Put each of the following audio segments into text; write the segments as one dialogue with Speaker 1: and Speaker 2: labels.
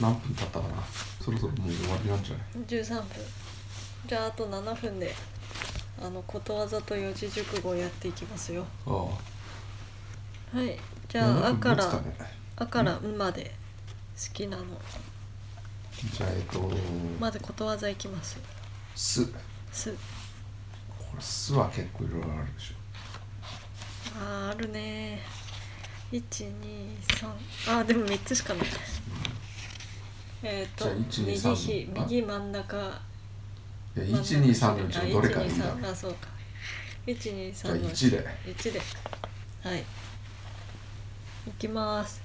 Speaker 1: 何分経ったかなそろそろもう終わりなんじゃない
Speaker 2: 13分じゃああと7分であのことわざと四字熟語をやっていきますよ
Speaker 1: あ
Speaker 2: はいじ
Speaker 1: あ
Speaker 2: ゃあ「
Speaker 1: な
Speaker 2: あ」
Speaker 1: ん
Speaker 2: か
Speaker 1: 持つ
Speaker 2: ら
Speaker 1: ね
Speaker 2: 「あ」から「ん」まで好きなの
Speaker 1: じゃあえっと
Speaker 2: まずことわざいきます
Speaker 1: すこ
Speaker 2: 「す
Speaker 1: れすは結構いろいろあるでし」
Speaker 2: あーあるね123あーでも3つしかないえっ、
Speaker 1: じゃあ
Speaker 2: と
Speaker 1: 123
Speaker 2: 右ひ
Speaker 1: あ
Speaker 2: 右真ん中
Speaker 1: ょいや123のうちのどれかでいいんだ
Speaker 2: あ123あそうか123のうち
Speaker 1: じゃあ1で
Speaker 2: 1ではいいきます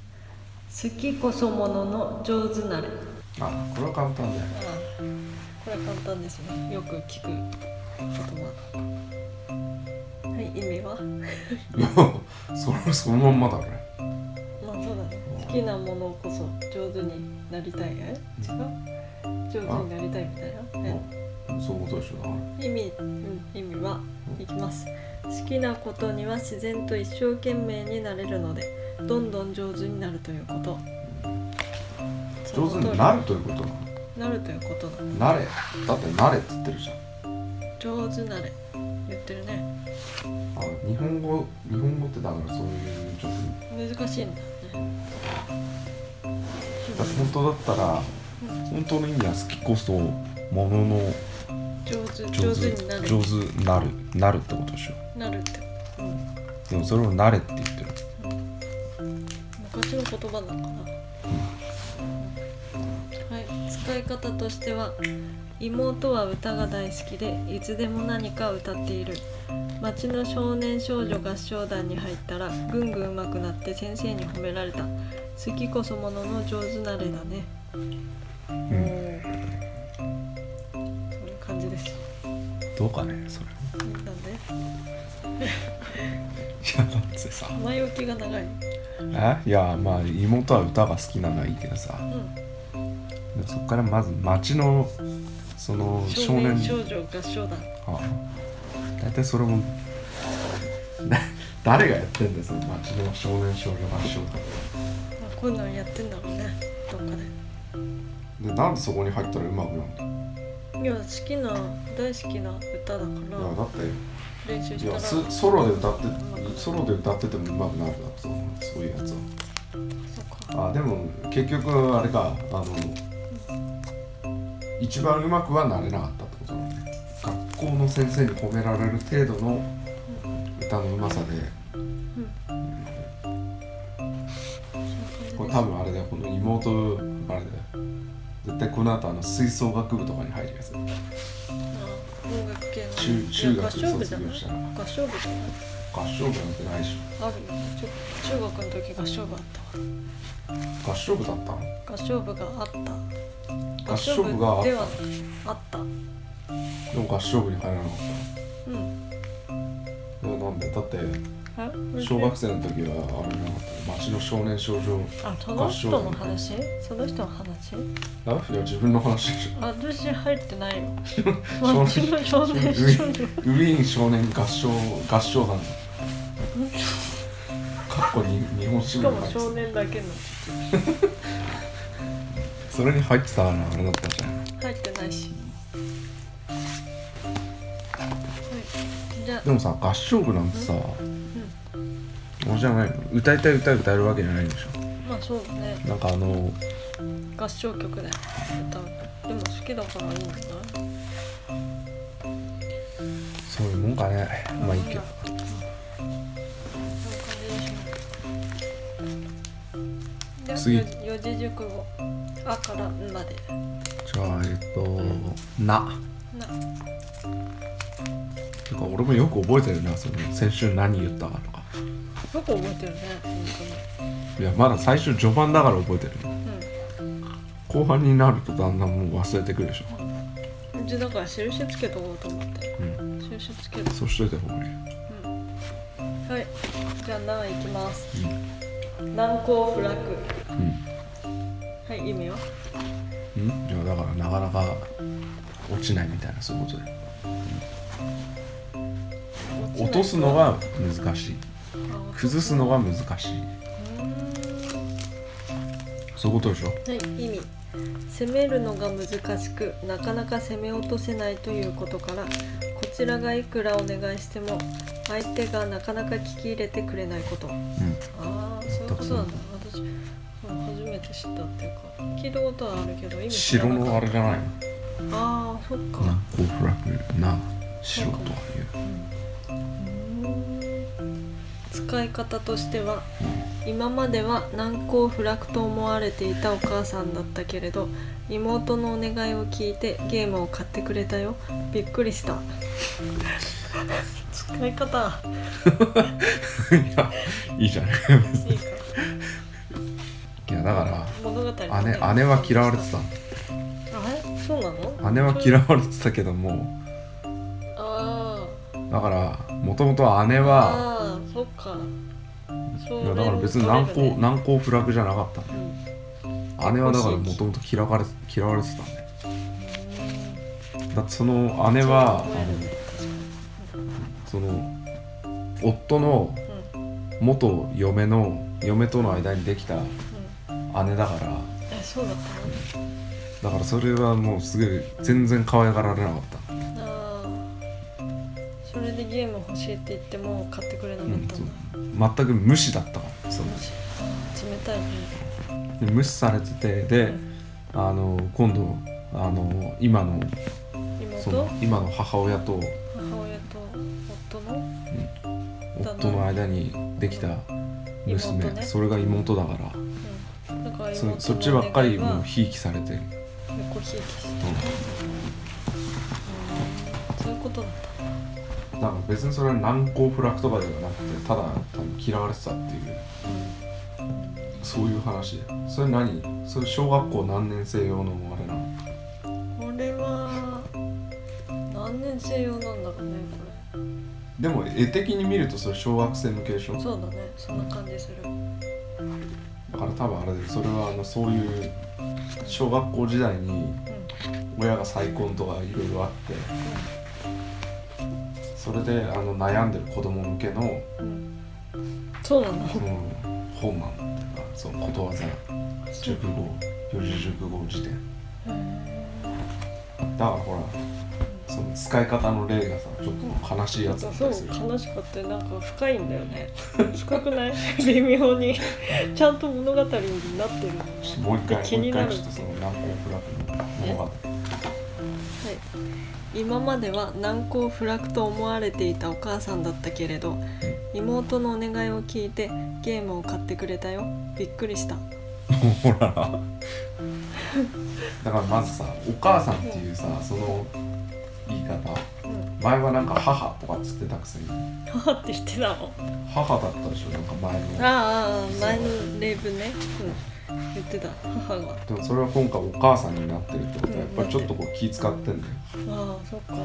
Speaker 2: 好きこそものの上手なれ
Speaker 1: あこれは簡単だよ
Speaker 2: あこれは簡単ですねよく聞く言葉はい意味は
Speaker 1: それそのまんまだね
Speaker 2: まあそうだね好きなものこそ上手になりたいえ違う上手になりたいみたいなえ
Speaker 1: うんそういうことでしょだから
Speaker 2: 意味、うん、意味はいきます好きなことには自然と一生懸命になれるのでどんどん上手になるということ
Speaker 1: 上手になるということなの
Speaker 2: なるということだ
Speaker 1: 慣れだって慣れって言ってるじゃん
Speaker 2: 上手なれ言ってるね
Speaker 1: あ日本語日本語ってだからそういうちょっと
Speaker 2: 難しいんだね
Speaker 1: 私本当だったら本当の意味は好きこそものの
Speaker 2: 上手
Speaker 1: 上
Speaker 2: 上手
Speaker 1: 手
Speaker 2: になる
Speaker 1: 上手になるなるってことでしょ
Speaker 2: なるって、うん、
Speaker 1: でもそれを慣れって言ってる
Speaker 2: 昔の言葉なのかなはい、使い方としては妹は歌が大好きでいつでも何か歌っている町の少年少女合唱団に入ったらぐんぐん上手くなって先生に褒められた好きこそものの上手なれだねうんそういう感じです
Speaker 1: どうかねそれ
Speaker 2: なん
Speaker 1: い
Speaker 2: で
Speaker 1: やだってさ
Speaker 2: 前置きが長い
Speaker 1: えいやまあ妹は歌が好きなのはいいけどさ
Speaker 2: うん
Speaker 1: でそっからまず町のその
Speaker 2: 少
Speaker 1: 少
Speaker 2: 年
Speaker 1: 年
Speaker 2: 少女合唱団
Speaker 1: あ大体それもだ誰がやってんだよその町の少年少女合唱
Speaker 2: まあこういうのやってんだろうねどっかで
Speaker 1: 団でなんでそこに入ったらうまくなるんだよ
Speaker 2: いや好きな大好きな歌だか
Speaker 1: いやだ
Speaker 2: ら
Speaker 1: って
Speaker 2: 練習し
Speaker 1: い
Speaker 2: た
Speaker 1: や
Speaker 2: ら
Speaker 1: ソソロで歌ってソロで歌っててもうまくなるだろそうそういうやつは
Speaker 2: そっか
Speaker 1: あでも結局あれかあの一番うまくはなれなかったってことなのね学校の先生に褒められる程度の歌のうまさでこれ多分あれだよこの妹あれだよ絶対この後あの吹奏楽部とかに入るやつ
Speaker 2: 音楽系の
Speaker 1: 中中学
Speaker 2: いや合唱部じゃ
Speaker 1: 卒
Speaker 2: ない
Speaker 1: 業したら
Speaker 2: 合唱部じゃない
Speaker 1: 合唱部なんてないでし
Speaker 2: あるよ中中学の時合唱部あった
Speaker 1: ょ合唱部だったの
Speaker 2: わ合唱部があった
Speaker 1: 合唱部があった
Speaker 2: ではあったう
Speaker 1: でも合唱部に入らなかっ
Speaker 2: ん
Speaker 1: たのなんでだって
Speaker 2: あ
Speaker 1: 小学生の時はあれなかった町の少年少女
Speaker 2: あその人の話その人の話
Speaker 1: あいや自分の話でしょ
Speaker 2: あ私入ってないよ
Speaker 1: 少
Speaker 2: 町
Speaker 1: 年
Speaker 2: の少
Speaker 1: ウ
Speaker 2: 年
Speaker 1: ィ
Speaker 2: 少
Speaker 1: ーン
Speaker 2: 女
Speaker 1: ウィーン少年合唱合唱団かっこに日本支
Speaker 2: し
Speaker 1: 部
Speaker 2: か
Speaker 1: に
Speaker 2: も
Speaker 1: 入
Speaker 2: 少
Speaker 1: って
Speaker 2: 年だけの
Speaker 1: たそれに入ってたらあれだったじゃん
Speaker 2: 入ってないしはいじゃあ
Speaker 1: でもさ合唱部なんてさ俺じゃないの歌いたい歌歌えるわけじゃないんでしょ
Speaker 2: まあそうだね
Speaker 1: なんかあの
Speaker 2: 合唱曲で歌うでも好きだからいいんじゃない
Speaker 1: そういうもんかねまあいいけど
Speaker 2: そんな感じ
Speaker 1: 次
Speaker 2: でしょで四字熟語「あ」から「ん」まで
Speaker 1: じゃあえっと「な
Speaker 2: な」
Speaker 1: てか俺もよく覚えてるなその先週何言ったかとか
Speaker 2: よく覚えてるね
Speaker 1: い
Speaker 2: 本
Speaker 1: やまだ最初序盤だから覚えてる
Speaker 2: 当に
Speaker 1: 後半になるとだんだんもう忘れてくるでしょ
Speaker 2: うんうちだから印つけとこうと思って
Speaker 1: うん
Speaker 2: 印つけと
Speaker 1: そうしといた方がいい
Speaker 2: うんはいじゃあ何いきます
Speaker 1: うん
Speaker 2: 難攻不落
Speaker 1: うん
Speaker 2: はい意味は
Speaker 1: んいやだからなかなか落ちないみたいなそういうことで落とすのが難しい
Speaker 2: あ
Speaker 1: 崩すのが難しい
Speaker 2: うん
Speaker 1: そういうことでしょ
Speaker 2: はい、意味攻めるのが難しくなかなか攻め落とせないということからこちらがいくらお願いしても相手がなかなか聞き入れてくれないことああそういうことなんだ私うん初めて知ったっていうか聞いたことはあるけど意味知ら
Speaker 1: 城
Speaker 2: な
Speaker 1: の
Speaker 2: か
Speaker 1: あ
Speaker 2: った
Speaker 1: れじゃない
Speaker 2: ああそっか
Speaker 1: のなオフラクな城とかいう
Speaker 2: うん使い方としては
Speaker 1: うん
Speaker 2: 今までは難攻不落と思われていたお母さんだったけれど妹のお願いを聞いてゲームを買ってくれたよびっくりした使い方
Speaker 1: いやいいじゃない
Speaker 2: いいか
Speaker 1: いやだか
Speaker 2: 物語
Speaker 1: ら姉姉は嫌われて
Speaker 2: あれそうな
Speaker 1: た
Speaker 2: の
Speaker 1: 姉は
Speaker 2: わ
Speaker 1: 嫌われてたけども
Speaker 2: あ
Speaker 1: だからもともと姉
Speaker 2: ー
Speaker 1: は
Speaker 2: あーそっかそ
Speaker 1: い
Speaker 2: れ
Speaker 1: やだから別に
Speaker 2: も
Speaker 1: 難
Speaker 2: 取
Speaker 1: 攻
Speaker 2: れるね
Speaker 1: 難攻不落じゃなかった
Speaker 2: うん
Speaker 1: 姉はだからもともと嫌われ嫌われてたんだよだってその姉
Speaker 2: それ
Speaker 1: は
Speaker 2: は思えるね
Speaker 1: その夫の
Speaker 2: 確かにうん
Speaker 1: 元嫁の嫁との間にできた姉だから
Speaker 2: うんあそうだったの
Speaker 1: だからそれはもうすごい全然可愛がられなかっ
Speaker 2: あーそれでゲーム欲しいって言っても買ってくれなかったんだ、
Speaker 1: た全く無視だったからその
Speaker 2: マジ冷たいね
Speaker 1: で無視されててであの今度あの今のそ
Speaker 2: 妹
Speaker 1: の今の母親と
Speaker 2: 母親と夫の
Speaker 1: 夫の間にできた娘、
Speaker 2: 妹ね
Speaker 1: それが妹だから
Speaker 2: うんだから妹の
Speaker 1: そそっちばっかりもう
Speaker 2: も
Speaker 1: ひいきされてる、
Speaker 2: 横ひいきしてうんそういうことだっ
Speaker 1: うんだから別にそれは難攻不落とかではなくてただ単に嫌われてたっていう
Speaker 2: た、うん
Speaker 1: そういう話だよそれ何それ小学校何年生用のあれなの
Speaker 2: これは何年生用なんだろうねこ
Speaker 1: でも絵的に見るとそれ小学生向けでしょ
Speaker 2: れそうだねそんな感じする
Speaker 1: だから多分あれでそれはあのそういう小学校時代に親が再婚とかいろいろあってそれであの悩んでる子供向けの、
Speaker 2: うん、うん、そうなの
Speaker 1: うん、本なんだってなそのことわざ熟語四字熟語辞典だからほらその使い方の例がさちょっと悲しいやつだった
Speaker 2: そう
Speaker 1: りする
Speaker 2: 悲しかったなんか深いんだよね 深くない 微妙にちゃんと物語になってるのね
Speaker 1: ちょっともう一
Speaker 2: 気
Speaker 1: 回もう
Speaker 2: に
Speaker 1: 一回
Speaker 2: なる
Speaker 1: ちょっとその難攻不落の物語
Speaker 2: はい、今までは難攻不落と思われていたお母さんだったけれど妹のお願いを聞いてゲームを買ってくれたよびっくりした
Speaker 1: ほらだからまずさお母さんっていうさその言い方
Speaker 2: うん
Speaker 1: 前はなんか母とかっつってたくせに
Speaker 2: 母って言ってたの
Speaker 1: 母だったでしょなんか前の
Speaker 2: ああ前の例文ね、うん、言ってた母があ
Speaker 1: でもそれは今回お母さんになってるってことは
Speaker 2: うん
Speaker 1: やっぱりちょっとこう気使ってんだよ
Speaker 2: あそっか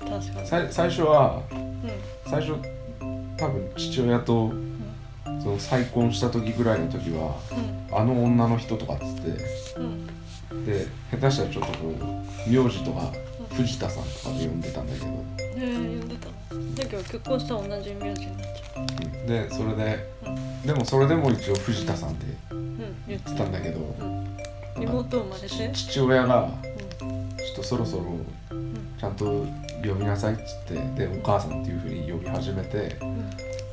Speaker 2: 確かに
Speaker 1: さい最初は
Speaker 2: うん
Speaker 1: 最初多分父親とその再婚した時ぐらいの時はあの女の人とかっつって
Speaker 2: うんうん
Speaker 1: で下手したらちょっとこう名字とか藤田さんとかで呼んでたんだけど
Speaker 2: えー、呼んでたのだけど結婚したら同じ名字になっちゃう
Speaker 1: でそれで
Speaker 2: う
Speaker 1: でもそれでも一応藤田さんって
Speaker 2: うん言って
Speaker 1: 言ったたんだけど
Speaker 2: うん妹生まれて
Speaker 1: 父親が
Speaker 2: うん
Speaker 1: ちょっとそろそろちゃんと呼びなさいっつってでお母さんっていうふうに呼び始めて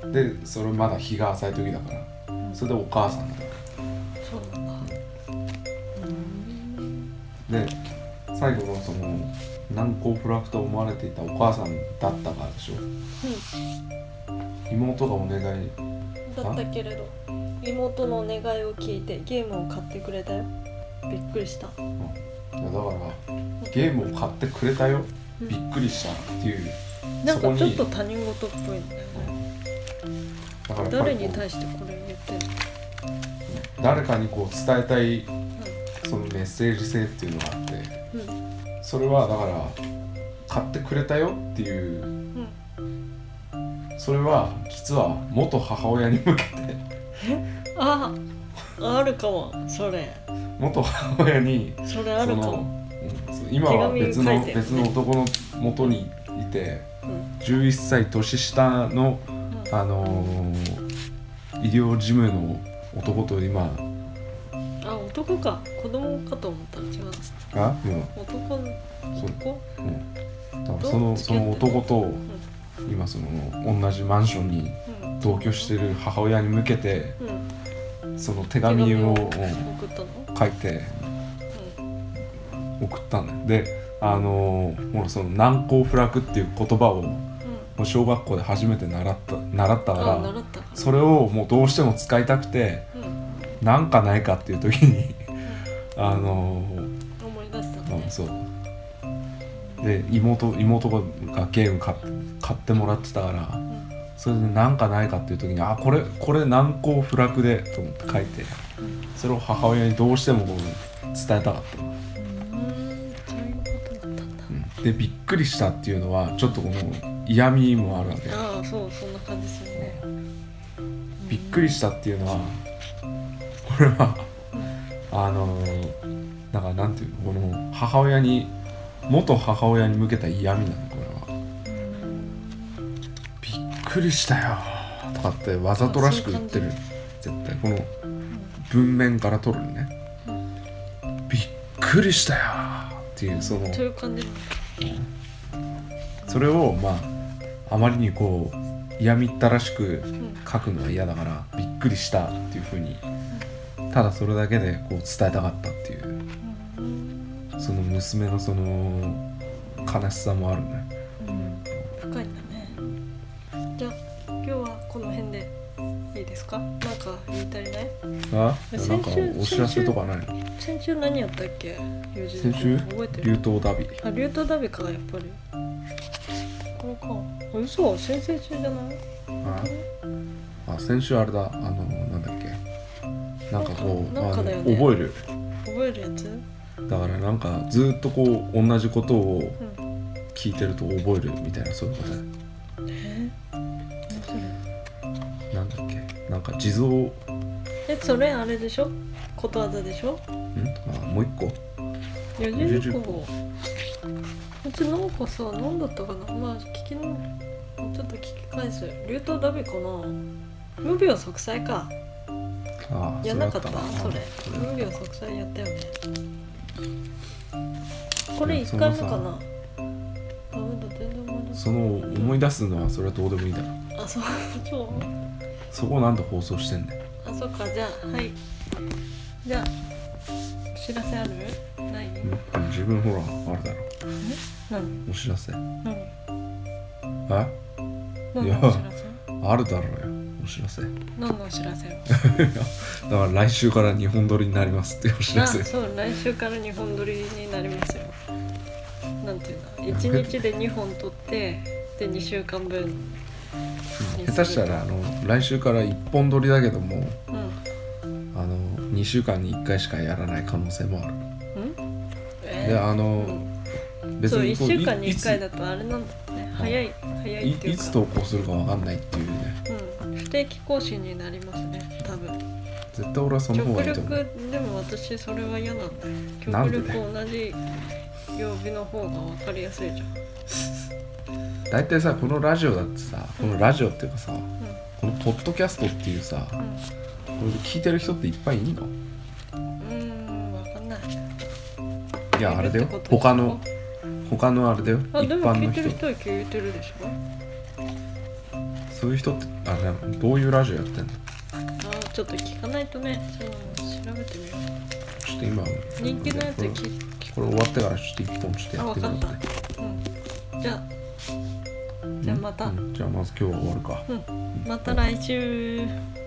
Speaker 2: うん
Speaker 1: でそれまだ日が浅い時だから
Speaker 2: うん
Speaker 1: それでお母さんだか
Speaker 2: そうなんだうん
Speaker 1: らで最後のその難攻不落と思われていたお母さんだったからでしょ妹がお願い
Speaker 2: だったけれど妹のお願いを聞いてゲームを買ってくれたよびっくりした
Speaker 1: うんいやだからゲームを買ってくれたよ
Speaker 2: うん
Speaker 1: びっくりしたっていう
Speaker 2: なん
Speaker 1: そこ
Speaker 2: か
Speaker 1: に
Speaker 2: ちょっと他人事っぽいんだよね
Speaker 1: だからやっぱ
Speaker 2: 誰
Speaker 1: りこう
Speaker 2: に対してこれ言ってる
Speaker 1: 誰かにこう伝えたいそのメッセージ性っていうのがあって
Speaker 2: のうん
Speaker 1: それはだから買ってくれたよっていう
Speaker 2: うん
Speaker 1: それは実は元母親に向けて
Speaker 2: あああるかもそれ
Speaker 1: 元母親に
Speaker 2: それあ
Speaker 1: そ
Speaker 2: るか
Speaker 1: の
Speaker 2: も、
Speaker 1: うんそう今は別の
Speaker 2: 手紙に書いてる
Speaker 1: 別の男の元にいて
Speaker 2: うん
Speaker 1: 11歳年下の、
Speaker 2: うん
Speaker 1: あのー医療事務の男と今
Speaker 2: あ、お男か子供かと思ったら違う
Speaker 1: あも
Speaker 2: 男の
Speaker 1: うそう
Speaker 2: 子
Speaker 1: だからそのその男と今その同じマンションに
Speaker 2: うん
Speaker 1: 同居してる母親に向けて
Speaker 2: うん
Speaker 1: その手紙を
Speaker 2: 手
Speaker 1: う
Speaker 2: 紙
Speaker 1: ん
Speaker 2: 送ったの
Speaker 1: 書いて送ったんだよであのーもうその難攻不落っていう言葉をも
Speaker 2: うんうん
Speaker 1: う小学校で初めて習った習ったか
Speaker 2: あ
Speaker 1: ら
Speaker 2: 習ったから
Speaker 1: それをもうどうしても使いたくて
Speaker 2: うん
Speaker 1: なんかないかっていう時にあの
Speaker 2: 思い出した
Speaker 1: ー
Speaker 2: のね
Speaker 1: あそうで妹妹がゲーム買っ買ってもらってたから
Speaker 2: うん
Speaker 1: それでなんかないかっていう時にあこれこれ難攻不落でと思って書いてそれを母親にどうしてもこう伝えたかった、
Speaker 2: うんそういうことだったんだ
Speaker 1: うんでびっくりしたっていうのはちょっとこの嫌味もあるわけ
Speaker 2: ああそうそんな感じするね
Speaker 1: びっくりしたっていうのはこれはあのなんかなんていうのこの母親に元母親に向けた嫌味なのこれはびっくりしたよとかってわざとらしく言ってる
Speaker 2: あ
Speaker 1: 絶対この文面から取るねびっくりしたよっていうその
Speaker 2: という感じ
Speaker 1: それをまああまりにこう嫌みったらしく
Speaker 2: うん
Speaker 1: 書くのは嫌だからびっくりしたっていうふうにただそれだけでこう伝えたかったっていう
Speaker 2: うん
Speaker 1: その娘のその悲しさもあるね
Speaker 2: うん深いんだねじゃあ今日はこの辺でいいですかなんか言い足りない
Speaker 1: あ
Speaker 2: 先週
Speaker 1: なんかお知らせとかないの
Speaker 2: 先週何やったっけ友人
Speaker 1: 先週
Speaker 2: 覚えて
Speaker 1: 流
Speaker 2: る
Speaker 1: 頭ダビ
Speaker 2: あ竜とダビかやっぱりこれかあ嘘先々週じゃない
Speaker 1: ああ先週あれだあのなんだっけなんかこう
Speaker 2: なんか
Speaker 1: あの
Speaker 2: だよね
Speaker 1: 覚える
Speaker 2: 覚えるやつ
Speaker 1: だからなんかずっとこう同じことを
Speaker 2: うん
Speaker 1: 聞いてると覚えるみたいなそういうことだよ
Speaker 2: え
Speaker 1: なんだっけなんか地蔵ん
Speaker 2: えそれあれでしょことわざでしょ
Speaker 1: あもう一個
Speaker 2: 四十塾をうちなんかさ何だったかなまあ聞きのちょっと聞き返す竜頭ダビかな無病息災か
Speaker 1: あ
Speaker 2: やんなかったそ
Speaker 1: そ
Speaker 2: れ
Speaker 1: れあったな
Speaker 2: 無病息災やったよねこれ一回目か
Speaker 1: そ
Speaker 2: なダメだ全然思い出せ
Speaker 1: その思い出すのはそれはどうでもいいだろう
Speaker 2: ないあそうそう
Speaker 1: そこなんで放送してんだよ
Speaker 2: あそっかじゃあはいじゃあお知らせあるない
Speaker 1: うん自分ほらあれだろ
Speaker 2: 何
Speaker 1: お知らせ
Speaker 2: 何
Speaker 1: え
Speaker 2: 何
Speaker 1: いや
Speaker 2: のお知らせ
Speaker 1: あるだろうよお知らせ だ
Speaker 2: 何のお知らせ
Speaker 1: から来週から日本撮りになりますっていうお知ら
Speaker 2: あ
Speaker 1: せ
Speaker 2: そう来週から2本撮りになりますよなんていうの1日で2本撮ってで2週間分
Speaker 1: うん下手したらあの来週から一本撮りだけども
Speaker 2: うん
Speaker 1: あの2週間に1回しかやらない可能性もある
Speaker 2: うん
Speaker 1: であ
Speaker 2: う
Speaker 1: の、
Speaker 2: ん
Speaker 1: 別
Speaker 2: そう
Speaker 1: にこ
Speaker 2: 1
Speaker 1: う
Speaker 2: 週間に1回
Speaker 1: い
Speaker 2: だとあれなんだね早い早い
Speaker 1: い
Speaker 2: ってい
Speaker 1: いう
Speaker 2: か
Speaker 1: つ投稿するかわかんないっていうね
Speaker 2: うん、不定期更新になりますね多分
Speaker 1: 絶対俺はその方が
Speaker 2: 極
Speaker 1: いいと思う
Speaker 2: 力でも私それは嫌なんだよ
Speaker 1: なん
Speaker 2: 極
Speaker 1: で
Speaker 2: 力同じ曜日の方が分かりやすいじゃん、
Speaker 1: 大体さこのラジオだってさこのラジオっていうかさ
Speaker 2: うん
Speaker 1: このポッドキャストっていうさこれ聞いてる人っていっぱいいるの
Speaker 2: うんうーん分かんない
Speaker 1: いやあれだ
Speaker 2: い
Speaker 1: よ
Speaker 2: るってこと
Speaker 1: 他の他のあれだよ一
Speaker 2: あで
Speaker 1: 般
Speaker 2: も聞
Speaker 1: の
Speaker 2: いて
Speaker 1: 人
Speaker 2: る人は聞いてるでしょ
Speaker 1: そういう人ってあれだよどういうラジオやってんの
Speaker 2: あちょっと聞かないとねそういうのも調べてみよう
Speaker 1: ちょっと今
Speaker 2: 人気のやつ
Speaker 1: これ
Speaker 2: 聞
Speaker 1: これ終わってからちょっと一本ちょっとや
Speaker 2: あ
Speaker 1: って
Speaker 2: 分
Speaker 1: み
Speaker 2: か
Speaker 1: よう
Speaker 2: っ
Speaker 1: って
Speaker 2: た、うん、じゃあじゃあまた
Speaker 1: うんじゃあまず今日は終わるか
Speaker 2: また来週
Speaker 1: バイ